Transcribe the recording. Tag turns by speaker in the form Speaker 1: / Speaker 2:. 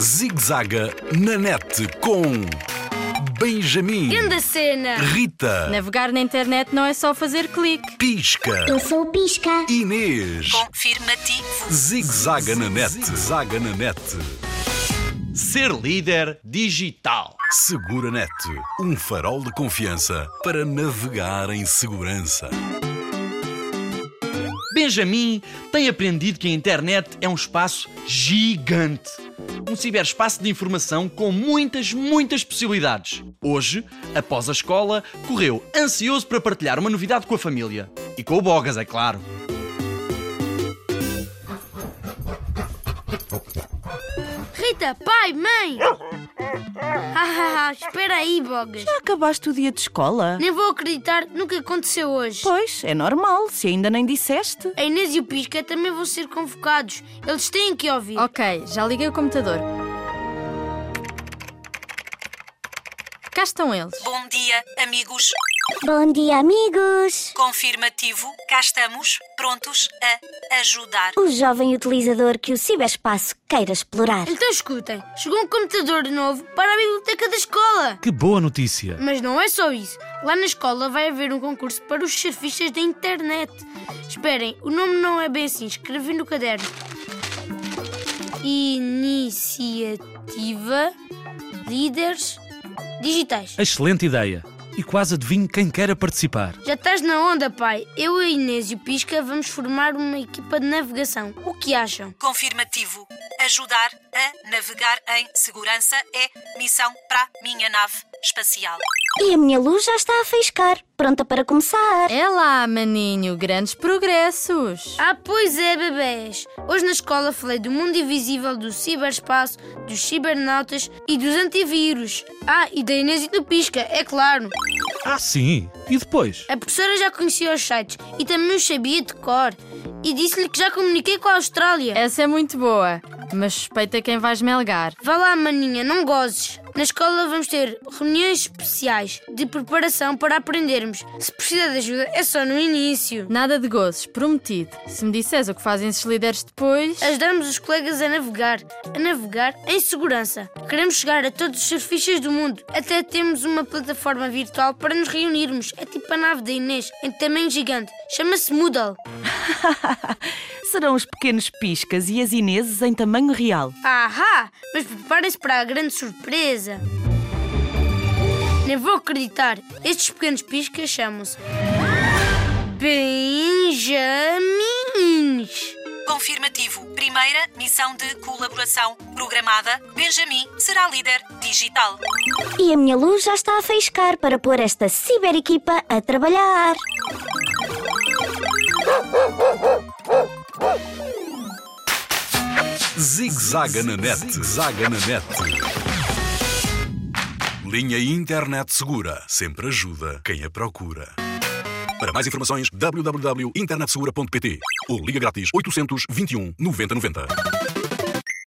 Speaker 1: Zigzaga na net com Benjamin,
Speaker 2: Grande cena!
Speaker 1: Rita,
Speaker 3: Navegar na internet não é só fazer clique.
Speaker 1: Pisca,
Speaker 4: Eu sou o Pisca.
Speaker 1: Inês.
Speaker 5: Confirmativo.
Speaker 1: Zigzaga na net, zaga na net.
Speaker 6: Ser líder digital.
Speaker 1: Segura net, um farol de confiança para navegar em segurança.
Speaker 6: Benjamin tem aprendido que a internet é um espaço gigante. Um ciberespaço de informação com muitas, muitas possibilidades. Hoje, após a escola, correu ansioso para partilhar uma novidade com a família. E com o Bogas, é claro.
Speaker 2: Rita, pai, mãe! Ah, espera aí, Bogas.
Speaker 7: Acabaste o dia de escola?
Speaker 2: Nem vou acreditar no que aconteceu hoje.
Speaker 7: Pois, é normal, se ainda nem disseste.
Speaker 2: A Inês e o Pisca também vão ser convocados. Eles têm que ouvir.
Speaker 3: Ok, já liguei o computador. Cá estão eles.
Speaker 5: Bom dia, amigos.
Speaker 4: Bom dia, amigos.
Speaker 5: Confirmativo. Cá estamos, prontos a ajudar.
Speaker 4: O jovem utilizador que o ciberespaço queira explorar.
Speaker 2: Então escutem, chegou um computador novo para a biblioteca da escola.
Speaker 8: Que boa notícia!
Speaker 2: Mas não é só isso. Lá na escola vai haver um concurso para os surfistas da internet. Esperem, o nome não é bem assim. Escrevi no caderno. Iniciativa Líderes Digitais.
Speaker 8: Excelente ideia! E quase adivinho quem queira participar.
Speaker 2: Já estás na onda, pai. Eu, a Inês e o Pisca vamos formar uma equipa de navegação. O que acham?
Speaker 5: Confirmativo. Ajudar a navegar em segurança é missão para minha nave espacial.
Speaker 4: E a minha luz já está a faiscar, pronta para começar.
Speaker 3: É lá, maninho, grandes progressos.
Speaker 2: Ah, pois é, bebés. Hoje na escola falei do mundo invisível, do ciberespaço, dos cibernautas e dos antivírus. Ah, e da Inês e do Pisca, é claro.
Speaker 8: Ah, sim! E depois?
Speaker 2: A professora já conhecia os sites e também os sabia de cor. E disse-lhe que já comuniquei com a Austrália.
Speaker 3: Essa é muito boa, mas suspeita quem vais melgar.
Speaker 2: Vá lá, maninha, não gozes. Na escola vamos ter reuniões especiais de preparação para aprendermos. Se precisar de ajuda, é só no início.
Speaker 3: Nada de gozos, prometido. Se me disseres o que fazem esses líderes depois.
Speaker 2: Ajudamos os colegas a navegar, a navegar em segurança. Queremos chegar a todos os surfistas do mundo. Até temos uma plataforma virtual para nos reunirmos. É tipo a nave da Inês, em tamanho gigante. Chama-se Moodle.
Speaker 7: Serão os pequenos piscas e as Ineses em tamanho real.
Speaker 2: Ahá! Mas preparem-se para a grande surpresa. Nem vou acreditar. Estes pequenos piscas chamam-se... Benjamins.
Speaker 5: Confirmativo. Primeira missão de colaboração programada. Benjamin será líder digital.
Speaker 4: E a minha luz já está a faiscar para pôr esta ciberequipa a trabalhar.
Speaker 1: Zigzaga na net, zaga na net. Linha Internet Segura sempre ajuda quem a procura. Para mais um informações, www.internetsegura.pt ou liga grátis 821 9090.